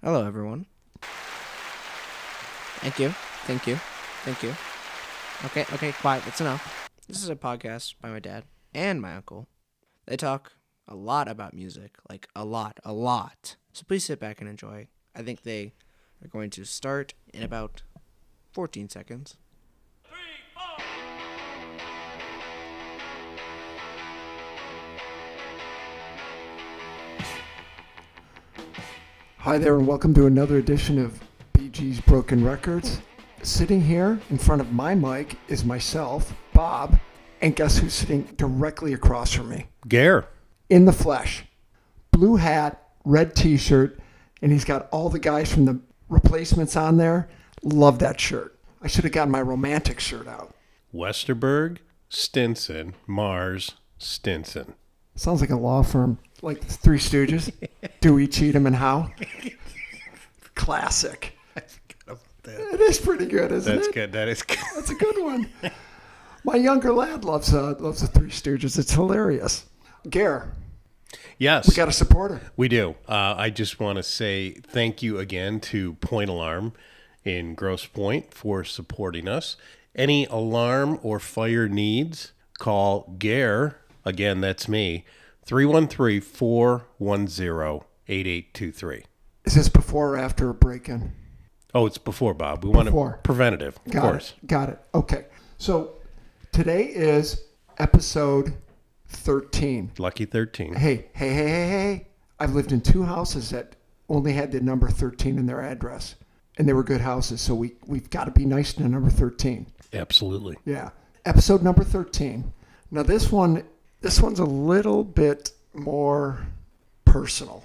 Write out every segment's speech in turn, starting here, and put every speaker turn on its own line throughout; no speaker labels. Hello, everyone. Thank you. Thank you. Thank you. Okay, okay, quiet. That's enough. This is a podcast by my dad and my uncle. They talk a lot about music, like a lot, a lot. So please sit back and enjoy. I think they are going to start in about 14 seconds.
Hi there, and welcome to another edition of BG's Broken Records. Sitting here in front of my mic is myself, Bob, and guess who's sitting directly across from me?
Gare.
In the flesh. Blue hat, red t shirt, and he's got all the guys from the replacements on there. Love that shirt. I should have gotten my romantic shirt out.
Westerberg, Stinson, Mars, Stinson.
Sounds like a law firm, like the Three Stooges, Dewey, Cheatham, and Howe. Classic. It is pretty good, isn't
That's
it?
good. That is good.
That's a good one. My younger lad loves uh, loves the Three Stooges. It's hilarious. Gare,
Yes,
we got a supporter.
we do. Uh, I just want to say thank you again to Point Alarm in Gross Point for supporting us. Any alarm or fire needs, call Gare. Again, that's me. 313 410 8823.
Is this before or after a break-in?
Oh, it's before, Bob. We want
Before.
it preventative, of
Got
course.
it. Got it. Okay. So today is episode thirteen.
Lucky 13.
Hey, hey, hey, hey, hey! I've lived in two houses that only had the number thirteen in their address, and they were good houses. So we we've got to be nice to number thirteen.
Absolutely.
Yeah. Episode number 13. Now this one this one's a little bit more personal.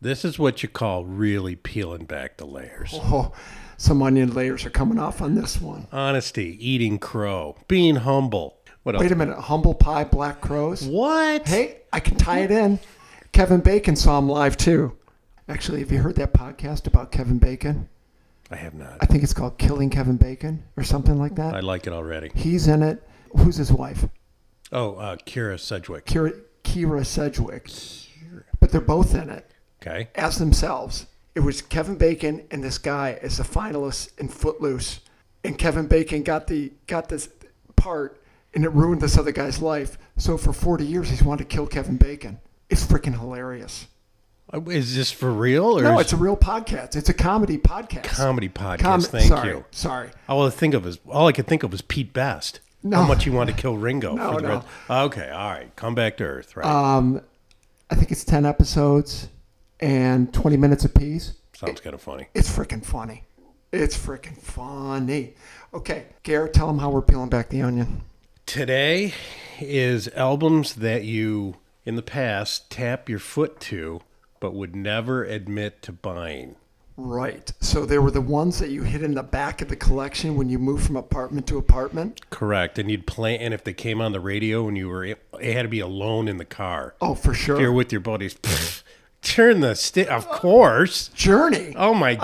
This is what you call really peeling back the layers.
Oh, some onion layers are coming off on this one.
Honesty, eating crow, being humble. What else?
Wait a minute, humble pie black crows?
What?
Hey, I can tie it in. Kevin Bacon saw him live too. Actually, have you heard that podcast about Kevin Bacon?
I have not.
I think it's called Killing Kevin Bacon or something like
I
that.
like it already.
He's in it. Who's his wife?
Oh, uh, Kira Sedgwick.
Kira, Kira Sedgwick. But they're both in it.
Okay.
as themselves. It was Kevin Bacon and this guy as the finalists in Footloose, and Kevin Bacon got the got this part, and it ruined this other guy's life. So for 40 years, he's wanted to kill Kevin Bacon. It's freaking hilarious.
Uh, Is this for real? Or
No,
is
it's a real podcast. It's a comedy podcast.
comedy podcast.
Com-
Thank
sorry,
you.
Sorry.
All I think of is all I could think of was Pete Best.
No.
How much you want to kill Ringo
No,
for the
no.
rest- Okay, all right. Come back to earth, right?
Um, I think it's 10 episodes and 20 minutes apiece.
Sounds kind of funny.
It's freaking funny. It's freaking funny. Okay, Garrett, tell them how we're peeling back the onion.
Today is albums that you in the past tap your foot to but would never admit to buying.
Right. So they were the ones that you hid in the back of the collection when you moved from apartment to apartment?
Correct. And you'd play and if they came on the radio and you were it had to be alone in the car.
Oh, for sure.
You're with your buddies. Pfft, turn the stick of course.
Journey.
Oh my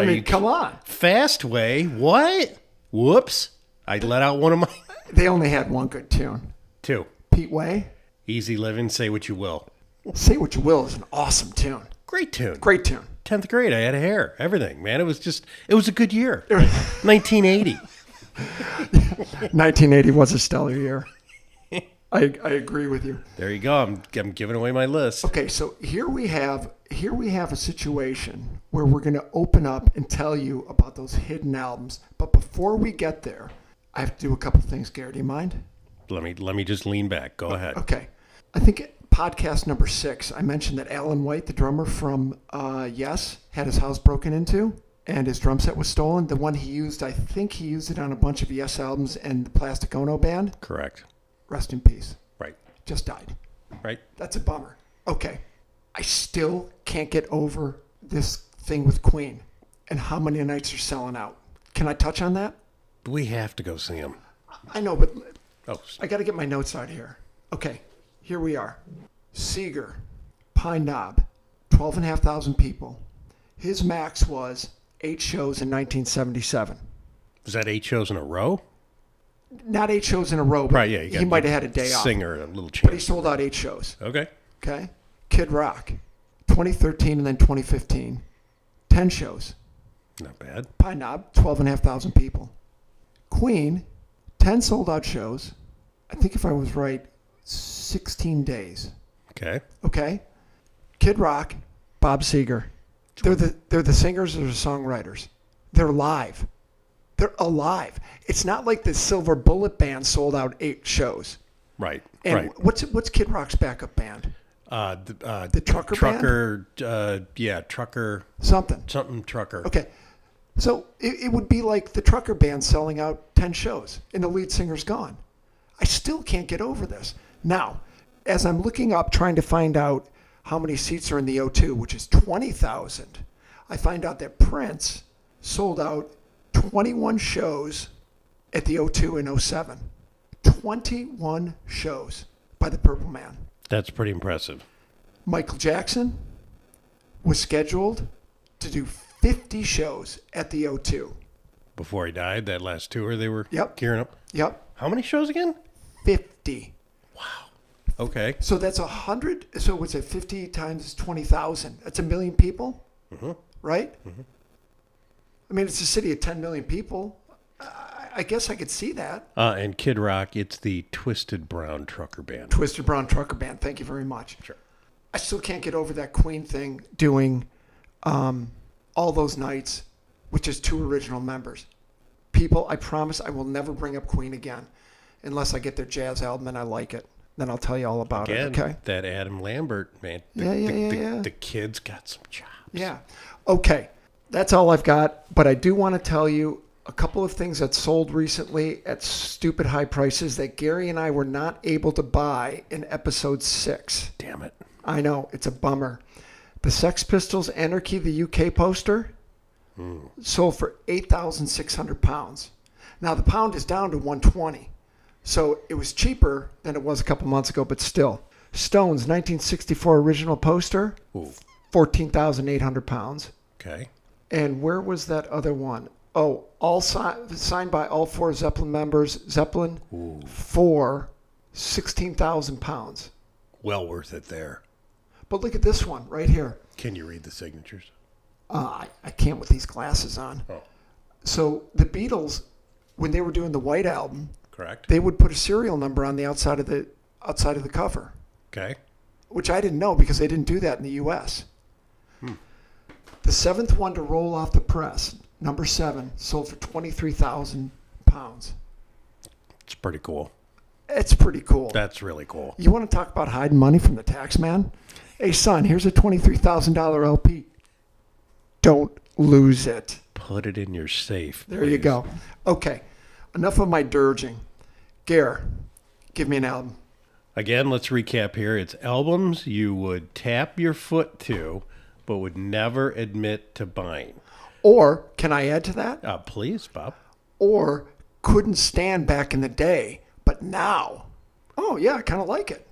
I
Are
mean,
you-
come on.
fast way. What? Whoops. I let out one of my
They only had one good tune.
two.
Pete Way,
Easy living, say what you will.
Say What You Will is an awesome tune.
Great tune.
Great tune.
10th grade i had hair everything man it was just it was a good year 1980
1980 was a stellar year. I, I agree with you.
there you go I'm, I'm giving away my list
Okay, so here we have here we have a situation where we're going to open up and tell you about those hidden albums. But before we get there, I have to do a couple things. Gary, do you mind?
let me let me just lean back go ahead
Okay. I think podcast number six, I mentioned that Alan White, the drummer from uh, Yes, had his house broken into and his drum set was stolen. The one he used, I think he used it on a bunch of Yes albums and the Plastic Ono Band.
correct
Rest in peace.
right
Just died.
right
That's a bummer. Okay. I still can't get over this thing with Queen and how many nights are selling out. Can I touch on that?
we have to go see him
I know, but
oh s-
I got to get my notes out here. Okay, here we are. Seeger, Pine Knob, 12,500 people. His max was eight shows in 1977.
was that eight shows in a row
Not eight shows in a row, but
right yeah you
he might have had a day off.
singer a little
But he
change
sold out eight shows.
okay
Okay. Kid Rock, 2013 and then 2015. 10 shows.
Not bad.
Pine Knob, 12,500 people. Queen, 10 sold out shows. I think if I was right, 16 days.
Okay.
Okay? Kid Rock, Bob Seger. They're the, they're the singers or the songwriters. They're live. They're alive. It's not like the Silver Bullet Band sold out eight shows.
Right.
And
right.
what's what's Kid Rock's backup band?
Uh, the, uh,
The trucker band?
Trucker. Uh, yeah, trucker.
Something.
Something trucker.
Okay. So it, it would be like the trucker band selling out 10 shows and the lead singer's gone. I still can't get over this. Now, as I'm looking up trying to find out how many seats are in the O2, which is 20,000, I find out that Prince sold out 21 shows at the O2 in 07. 21 shows by the Purple Man.
That's pretty impressive.
Michael Jackson was scheduled to do 50 shows at the O2.
Before he died, that last tour they were
Yep.
gearing up.
Yep,
How many shows again?
50.
Okay.
So that's 100. So what's it, 50 times 20,000? That's a million people, right? I mean, it's a city of 10 million people. I, I guess I could see that.
Uh, and Kid Rock, it's the Twisted Brown Trucker Band.
Twisted Brown Trucker Band, thank you very much. Sure. I still can't get over that Queen thing doing um, all those nights with just two original members. People, I promise I will never bring up Queen again unless I get their jazz album and I like it. Then I'll tell you all about
Again,
it, okay?
that Adam Lambert, man. The,
Yeah, yeah,
the,
yeah,
the,
yeah.
the kid's got some chops.
Yeah. Okay. That's all I've got, but I do want to tell you a couple of things that sold recently at stupid high prices that Gary and I were not able to buy in episode 6.
Damn it.
I know, it's a bummer. The Sex Pistols Anarchy the UK poster sold for 8,600 pounds. Now the pound is down to 120. So it was cheaper than it was a couple months ago, but still. Stones 1964 original poster,
Ooh.
14,800 pounds.
Okay.
And where was that other one? Oh, all si- signed by all four Zeppelin members. Zeppelin four, 16,000 pounds.
Well worth it there.
But look at this one right here.
Can you read the signatures?
Uh, I, I can't with these glasses on.
Oh,
So the Beatles, when they were doing the White Album,
correct.
they would put a serial number on the outside of the outside of the cover,
Okay.
which I didn't know because they didn't do that in the U.S. The seventh one to roll off the press, number seven, sold for twenty-three thousand pounds.
It's pretty cool.
It's pretty cool.
That's really cool.
you want to talk about hiding money from the tax man? Hey, son, here's a $23,000 LP. Don't lose it.
Put it in your safe.
There you
please.
go. Okay, enough of my dirging. Gare, give me an album.
Again, let's recap here. It's albums you would tap your foot to, but would never admit to buying.
Or, can I add to that?
Uh, please, Bob.
Or, couldn't stand back in the day, but now, oh, yeah, I kind of like it.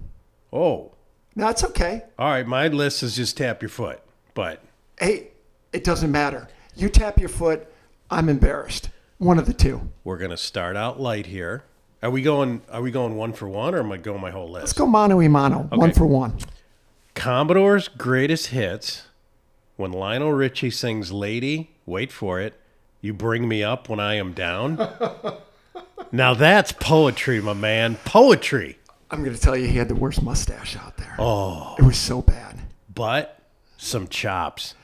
Oh,
No, it's okay.
all right. My list is just tap your foot, but
Hey, it doesn't matter. You tap your foot, I'm embarrassed. One of the two.
we're gonna start out light here. Are we going? Are we going one for one, or am I going my whole
Let's
list?
go mano a mano, one for one.
Commodore's greatest hits. When Lionel Richie sings "Lady," wait for it. You bring me up when I am down. now that's poetry, my man. Poetry.
I'm going to tell you, he had the worst mustache out there. Oh, it was so bad.
but some chops.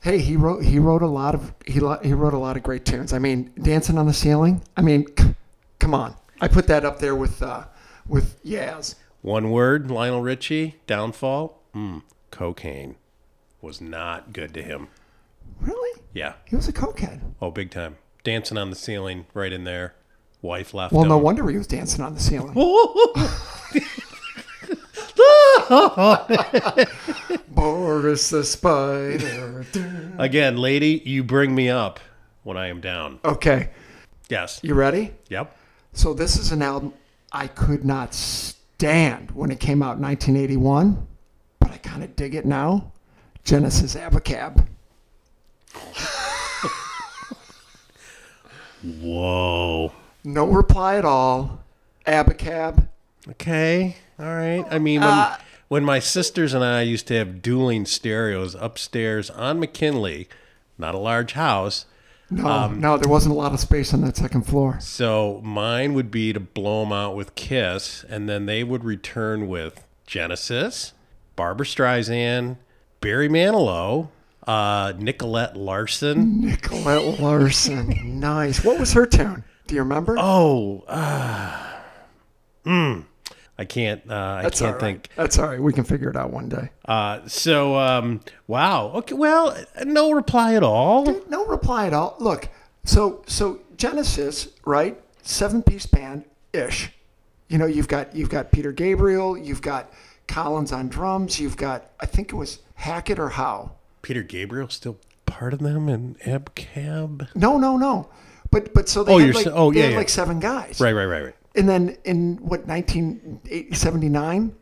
Hey, he wrote he wrote a lot of he lo- he wrote a lot of great tunes. I mean, Dancing on the Ceiling. I mean, c- come on, I put that up there with uh, with Yaz.
One word, Lionel Richie, downfall. Mm, cocaine was not good to him.
Really?
Yeah.
He was a cokehead.
Oh, big time. Dancing on the ceiling, right in there. Wife left.
Well,
him.
no wonder he was dancing on the ceiling. Boris the Spider.
Again, lady, you bring me up when I am down.
okay,
Yes.
you ready?
Yep.
So this is an album I could not stand when it came out in 1981, but I kind of dig it now. Genesis Abacab.
Whoa.
No reply at all. Abacab.
Okay. All right. I mean, when, when my sisters and I used to have dueling stereos upstairs on McKinley, not a large house.
No,
Um,
no, there wasn't a lot of space on that second floor.
So mine would be to blow them out with Kiss, and then they would return with Genesis, Barbara Streisand, Barry Manilow, uh, Nicolette Larson.
Nicolette Larson, nice. What was her tune? Do you remember?
Oh, uh, mm, I can't. Uh, I
That's
can't
all right.
think.
That's all right. We can figure it out one day.
Uh, so um, wow. Okay. Well, no reply at all.
No reply at all. Look, so so Genesis, right? Seven piece band ish. You know, you've got you've got Peter Gabriel, you've got Collins on drums, you've got I think it was Hackett or Howe.
Peter Gabriel still part of them and Eb Cab.
No, no, no. But but so they
Oh,
had
you're
like
s- oh,
they
yeah,
had
yeah.
like seven guys.
Right. Right. Right. Right.
And then in what 1979,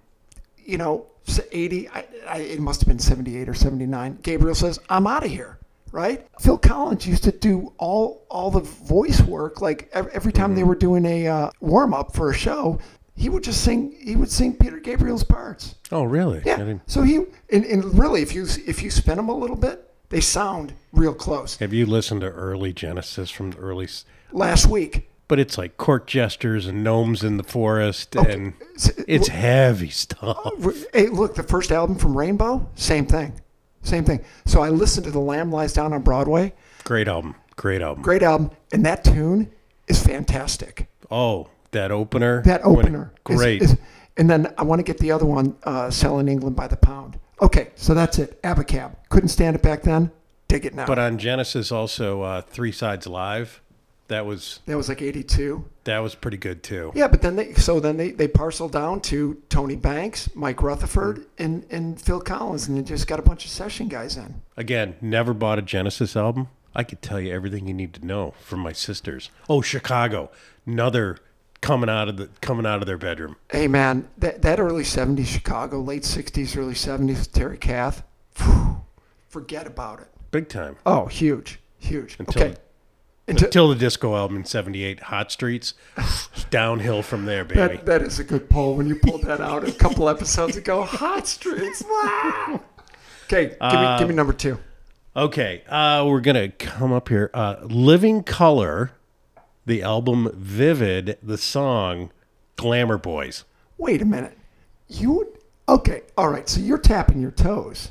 you know, s- 80, I, I, it must have been 78 or 79. Gabriel says, "I'm out of here." Right? Phil Collins used to do all all the voice work. Like every, every time they were doing a uh, warm up for a show, he would just sing. He would sing Peter Gabriel's parts.
Oh, really? I
Yeah.
didn't-
So he and, and really, if you if you spin them a little bit, they sound real close.
Have you listened to early Genesis from the early? s-
Last week,
But it's like court jesters and gnomes in the forest, and
s-
it's heavy stuff.
Oh. Hey, look, the first album from Rainbow, same thing. Same thing. So I listened to The Lamb Lies Down on Broadway.
Great album. Great album.
Great album. And that tune is fantastic.
Oh, that opener.
That
When it-
opener. is-
great.
is- and then I want to get the other one, uh, Selling England by the Pound. Okay, so that's it. Abacab. Couldn't stand it back then. Dig it now.
but on Genesis, also uh, Three Sides Live. That was
that was like 82.
that was pretty good too.
Yeah, but then they so then they, they parceled down to Tony Banks, Mike Rutherford,
Hmm.
and, and Phil Collins, and they just got a bunch of session guys in.
Again, never bought a Genesis album. I could tell you everything you need to know from my sisters. Oh, Chicago, another coming out of the coming out of their bedroom.
Hey man, that that early '70s Chicago, late '60s, early '70s Terry Kath, phew, forget about it.
Big time.
Oh, huge, huge.
Until-
okay, until,
Till the disco album in 78, Hot Streets, downhill from there, baby.
that, that is a good poll when you pulled that out a couple episodes ago. Hot streets. Wow. Okay, give me
Uh,
give me number two.
Okay, uh, we're gonna come up here. Uh, Living Color, the album Vivid, the song Glamour Boys.
Wait a minute. You okay? All right. So you're tapping your toes.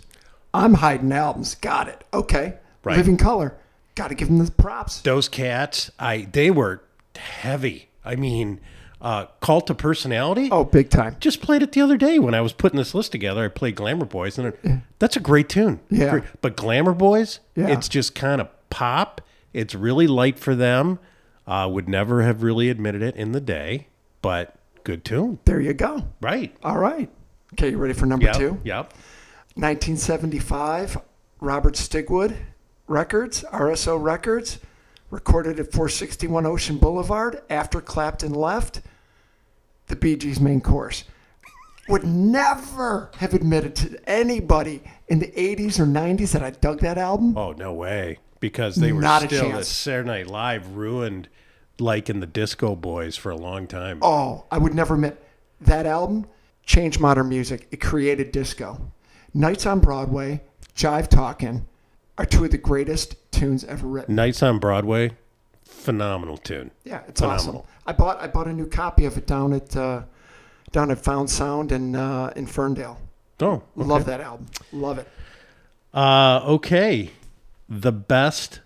I'm hiding albums. Got it. Okay.
Right.
Living color. Got to give them the props.
Those cats, I they were heavy. I mean, uh, Cult to Personality.
Oh, big time.
just played it the other day when I was putting this list together. I played Glamour Boys, and it, that's a great tune.
Yeah.
Great- But Glamour Boys,
Yeah.
it's just kind of pop. It's really light for them. Uh, would never have really admitted it in the day, but good tune.
There you go.
Right.
All right. Okay, you ready for number
Yep.
two?
Yep.
1975, Robert Stigwood Records, RSO Records, recorded at 461 Ocean Boulevard after Clapton left the Bee Gees main course. Would never have admitted to anybody in the 80s or 90s that I dug that album.
Oh no way! Because they were
Not a
still the
chance.
Saturday Night Live ruined, like in the Disco Boys for a long time.
Oh, I would never admit that album changed modern music. It created disco. Nights on Broadway, Jive Talkin' are two of the greatest tunes ever written.
Nights on Broadway, phenomenal tune.
Yeah, it's awesome. I bought I bought a new copy of it down at uh, down at Found Sound in uh, in Ferndale.
Oh, okay.
Love that album. Love it.
Uh, okay. The best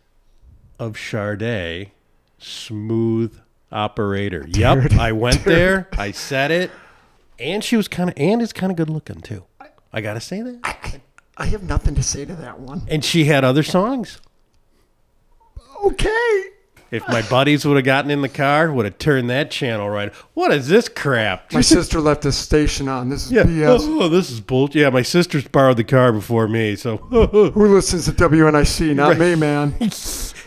of Charday, smooth operator. Yep, I went there. I said it, and she was kind of, and is kind of good looking too. I gotta say that.
I, I have nothing to say to that one.
And she had other songs.
Okay.
If my buddies would have gotten in the car, would have turned that channel right. What is this crap?
My sister left the station on. This is
Yeah.
BS.
Oh, this is bullshit. Yeah, my sister's borrowed the car before me, so oh,
Who listens to WNIC? Not me, man.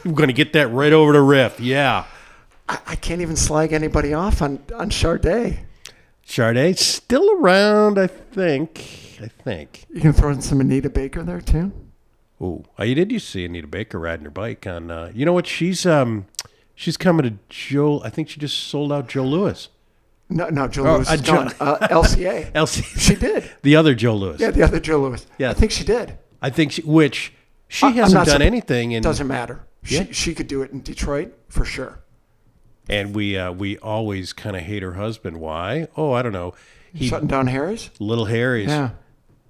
I'm gonna get that right over to Riff. Yeah.
I, I can't even slag anybody off on on Charday.
Charday still around, I think. I think.
You can throw in some Anita Baker there too.
Oh, I did. You see Anita Baker riding her bike on. Uh, you know what? She's um, she's coming to Joe. I think she just sold out Joe Lewis.
No, no, Joe
Oh,
Lewis.
uh,
is
Joe-
gone. Uh, LCA.
Elsie,
she did.
the other Joe Lewis.
Yeah, the other Joe Lewis.
Yeah.
I think she did.
I think she, which She
I- I'm
hasn't
not
done
surp-
anything, and
Doesn't matter.
Yeah.
She she could do it in Detroit for sure.
and we uh, we always kind of hate her husband. Why? Oh, I don't know. He
Shutting down Harry's.
little Harry's.
Yeah.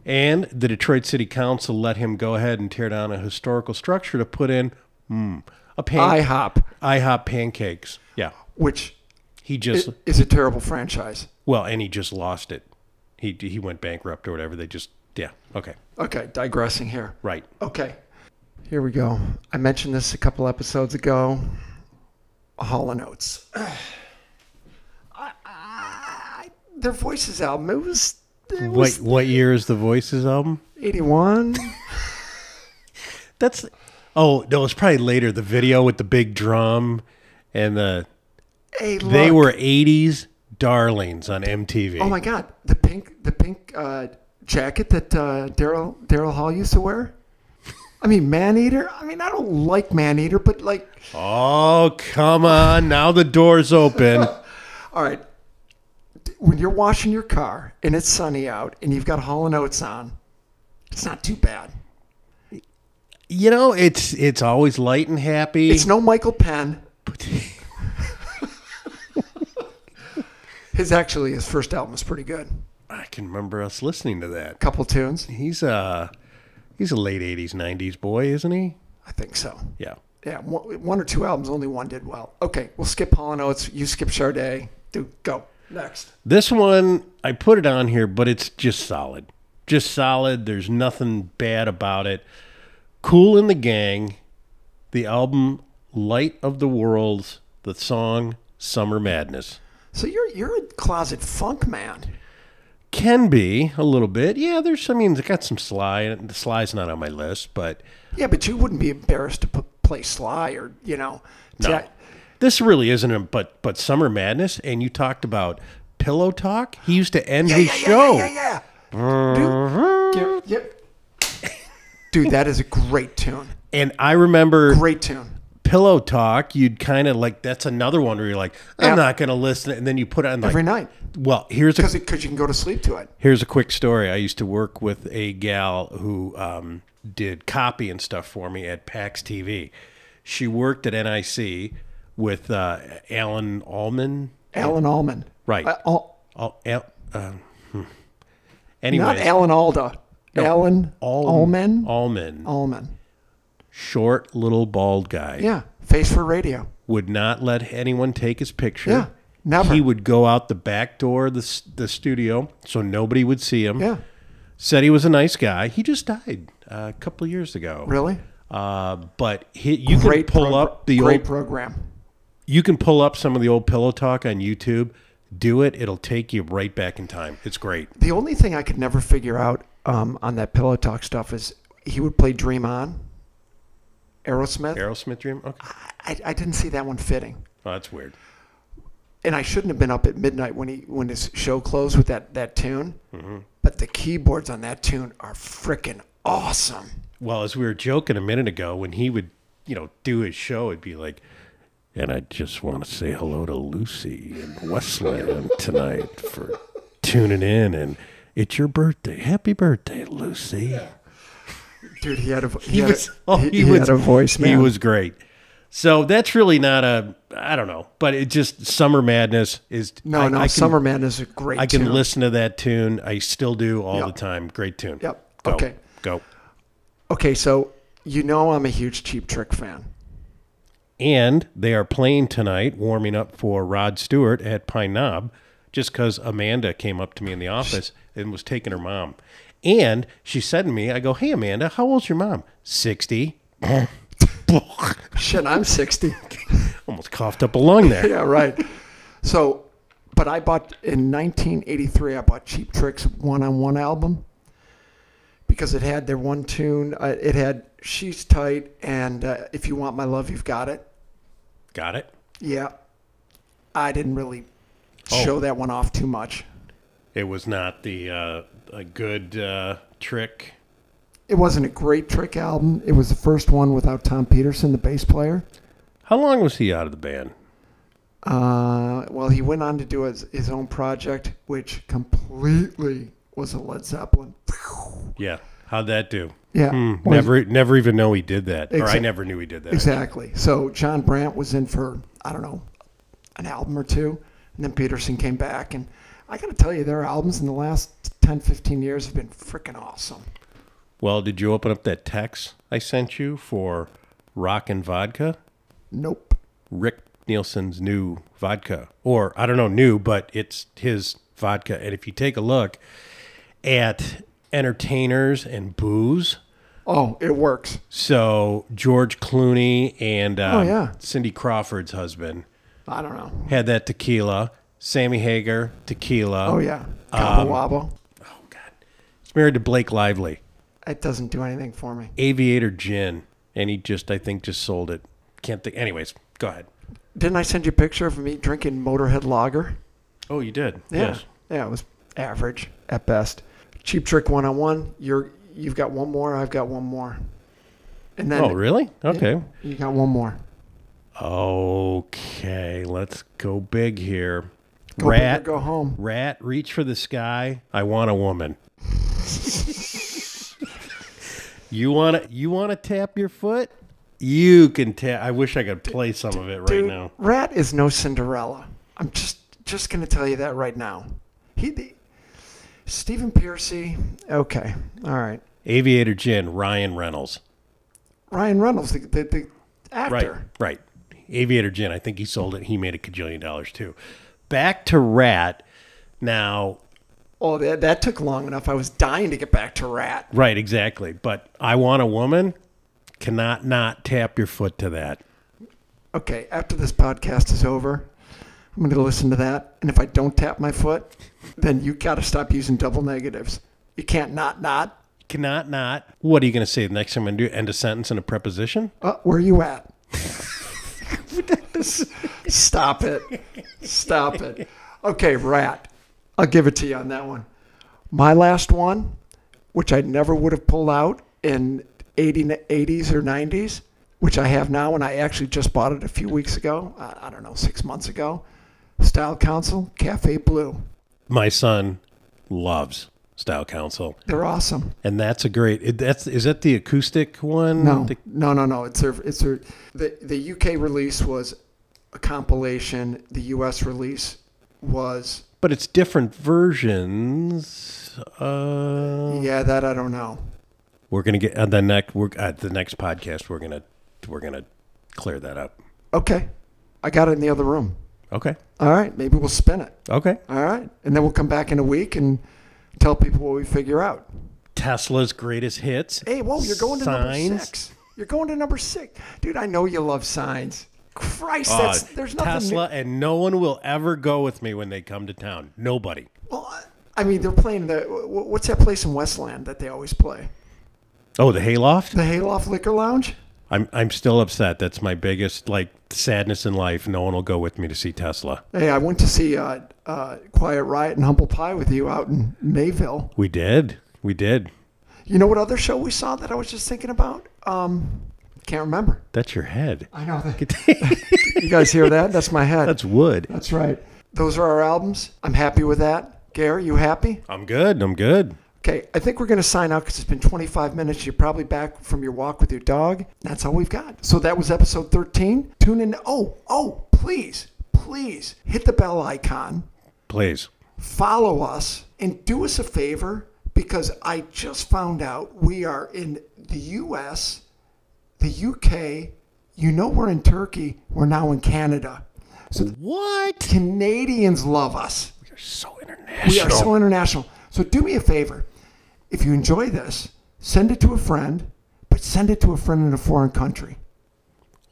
And the Detroit City Council let him go ahead and tear down a historical structure to put in mm, a pan-
IHOP,
IHOP pancakes. Yeah,
which
he
i-
just
is, a terrible franchise.
well, and he just lost it. He he went bankrupt or whatever. They just yeah okay
Okay, digressing here.
right.
Okay, here we go. I mentioned this a couple episodes ago. Hall and Oates. I, I, their voices album. It was. It
What
was
what year is the Voices album?
81.
That's oh no, it's probably later. The video with the big drum and the
hey, look.
they were '80s darlings on MTV.
Oh my God, the pink the pink uh, jacket that uh, Daryl Daryl Hall used to wear. I mean, man eater. I mean, I don't like man eater, but like,
Oh, come on! Now the door's open.
all right, d- when you're washing your car and it's sunny out and you've got Hall and Oates on, it's not too bad.
You know, it's it's always light and happy.
It's no Michael Penn. His actually his first album is pretty good.
I can remember us listening to that.
Couple tunes,
He's a he's a late '80s '90s boy, isn't he?
I think so.
Yeah.
Yeah, one one or two albums, only one did well. Okay, we'll skip Hall and Oates. You skip Charday. Do go next.
This one I put it on here, but it's just solid. Just solid. There's nothing bad about it. Cool in the Gang, the album Light of the Worlds, the song Summer Madness.
So you're you're a closet funk man.
Can be a little bit. Yeah, there's some I mean, it's got some Sly and the Sly's not on my list, but
Yeah, but you wouldn't be embarrassed to put, play Sly or you know.
No.
ta-
This really isn't a but but summer madness and you talked about pillow talk. He used to end his
yeah, yeah,
show. Mm-hmm.
Yeah, yeah, yeah. Dude, yeah, yeah. Dude, that is a great tune.
And I remember
Great tune.
pillow talk, you'd kind of like that's another one where you're like, I'm
Yeah.
not going to listen and then you put it on like
Every night
Well, here's a
because because you can go to sleep to it.
here's a quick story. I used to work with a gal who um, did copy and stuff for me at PAX TV. She worked at NIC with uh, Alan Allman.
Alan Allman.
Right.
Uh, Al-
Al, Al, um, hmm. Anyways,
not Alan Alda. Alan
Alm-
Allman.
Allman,
Allman.
short little bald guy,
Yeah. Face for radio.
would not let anyone take his picture.
Yeah, never.
He would go out the back door of the, s- the studio so nobody would see him.
Yeah.
Said he was a nice guy. He just died uh, a couple of years ago.
Really.
Uh, but he, you
great
can pull
progr-
up the
great
old,
program.
you can pull up some of the old pillow talk on YouTube. Do it; it'll take you right back in time. It's great.
The only thing I could never figure out um, on that pillow talk stuff is he would play Dream On, Aerosmith.
Aerosmith Dream. Okay,
I, I didn't see that one fitting,
oh, that's weird.
and I shouldn't have been up at midnight when he when his show closed with that that tune.
Mm-hmm.
But the keyboards on that tune are freaking awesome.
Well, as we were joking a minute ago, when he would, you know, do his show, it'd be like, and I just want to say hello to Lucy in Westland tonight for tuning in, and it's your birthday. Happy birthday, Lucy.
Dude, he had a vo- he,
He
had,
was,
a,
oh,
he, he
he, was,
had a voice man.
He was great. So that's really not a, I don't know, but it just summer madness is.
no
I,
no.
I can,
Summer Man is a great.
I can
tune.
listen to that tune. I still do all
Yep.
the time. Great tune.
Yep.
Go.
Okay.
Go.
Okay, so you know I'm a huge Cheap Trick fan.
And they are playing tonight, warming up for Rod Stewart at Pine Knob, just because Amanda came up to me in the office and was taking her mom. And she said to me, I go, Hey, Amanda, how old's your mom? 60.
Shit, I'm 60.
Almost coughed up a lung there.
yeah, right. So, but I bought in 1983. I bought Cheap Trick's one-on-one album because it had their one tune. Uh, it had "She's Tight" and uh, "If You Want My Love, You've Got It."
Got it?
Yeah, I didn't really
Oh.
show that one off too much.
It was not the uh, a good uh, trick.
It wasn't a great Trick album. It was the first one without Tom Peterson, the bass player.
How long was he out of the band?
Uh, well, he went on to do his, his own project, which completely was a Led Zeppelin.
Yeah. How'd that do?
Yeah.
Hmm,
Well,
never, never even know he did that, or I
Exa-
never knew he did that.
Exactly. So John Brandt was in for I don't know an album or two, and then Peterson came back, and I got to tell you, their albums in the last 10, 15 years have been freaking awesome.
Well, did you open up that text I sent you for Rock and Vodka?
Nope.
Rick Nielsen's new vodka, or I don't know, new, but it's his vodka. And if you take a look at entertainers and booze,
Oh, it works.
so George Clooney and um,
Oh, yeah.
Cindy Crawford's husband
I don't know.
had that tequila. Sammy Hager tequila.
Oh yeah, Cabo Wabo.
Oh God, he's married to Blake Lively.
It doesn't do anything for me.
Aviator gin, and he just I think just sold it. Can't think. Anyways, go ahead.
Didn't I send you a picture of me drinking Motorhead Lager?
Oh, you did.
Yeah. Yeah, it was average at best. Cheap trick one on one. You're you've got one more. I've got one more. And then
Oh, really? Okay.
you got one more.
Okay, let's go big here.
Go big or
rat,
go home.
rat, reach for the sky. I want a woman. you want to you want to tap your foot? You can tap. I wish I could play some of it right
Dude,
now.
Rat is no Cinderella. I'm just just gonna tell you that right now. He, the, Stephen Piercy. Okay, all right.
Aviator Gin, Ryan Reynolds.
Ryan Reynolds, the the, the actor.
Right, right. Aviator Gin. I think he sold it. He made a cajillion dollars too. Back to Rat. Now,
Oh, that that took long enough. I was dying to get back to Rat.
right, exactly. But I want a woman. Cannot not tap your foot to that.
Okay, after this podcast is over, I'm gonna listen to that. And if I don't tap my foot, then you gotta stop using double negatives. You can't not not.
Cannot not. What are you going to say the next time I do? End a sentence in a preposition?
Uh, where you at? Stop it. Stop it. Okay, rat. I'll give it to you on that one. My last one, which I never would have pulled out in 80, 80s or 90s, which I have now, and I actually just bought it a few weeks ago. I, I don't know, six months ago. Style Council Cafe Blue.
My son loves Style Council,
They're awesome.
and that's a great. it- That's is that the acoustic one?
No,
Mm. The-
no, no, no. It's their, it's their, the the UK release was a compilation. The US release was
but it's different versions. Uh,
yeah, that I don't know.
We're gonna get on the next. We're at the next podcast. We're gonna we're gonna clear that up.
Okay, I got it in the other room.
Okay.
All right, maybe we'll spin it.
Okay.
All right, and then we'll come back in a week and tell people what we figure out.
Tesla's greatest hits.
Hey, whoa, you're going to number
Signs.
six. You're going to number six, dude. I know you love signs. Christ,
Uh,
that's, there's nothing.
Tesla, and no one will ever go with me when they come to town. Nobody.
Well, I- I mean, they're playing the wh- wh- what's that place in Westland that they always play?
Oh, the hayloft.
The Hayloft Liquor Lounge.
I'm I'm still upset. That's my biggest like sadness in life. No one will go with me to see Tesla.
Hey, I went to see uh, uh, Quiet Riot and Humble Pie with you out in Mayville.
We did. We did.
You know what other show we saw that I was just thinking about? Um, can't remember.
That's your head.
I know that. you guys hear that? That's my head.
That's wood.
That's right. Those are our albums. I'm happy with that. Gary, you happy?
I'm good. I'm good.
Okay, I think we're going to sign out because it's been 25 minutes. You're probably back from your walk with your dog. That's all we've got. So that was episode 13. Tune in. Oh, oh, please, please hit the bell icon.
Please.
follow us and do us a favor because I just found out we are in the US, the UK, you know we're in Turkey, we're now in Canada.
What?
Canadians love us.
You're so
We
international.
are so international. So do me a favor. If you enjoy this, send it to a friend, but send it to a friend in a foreign country.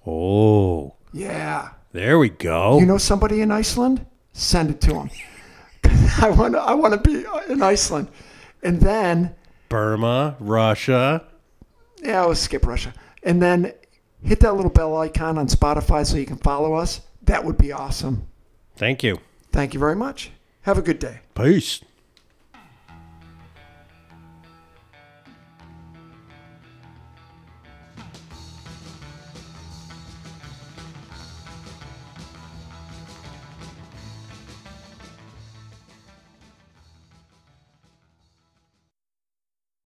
oh,
Yeah.
there we go.
You know somebody in Iceland? Send it to them. I want to I want to be in Iceland. And then
Burma, Russia.
Yeah, I'll skip Russia. And then hit that little bell icon on Spotify so you can follow us. That would be awesome.
Thank you.
Thank you very much. Have a good day.
Peace.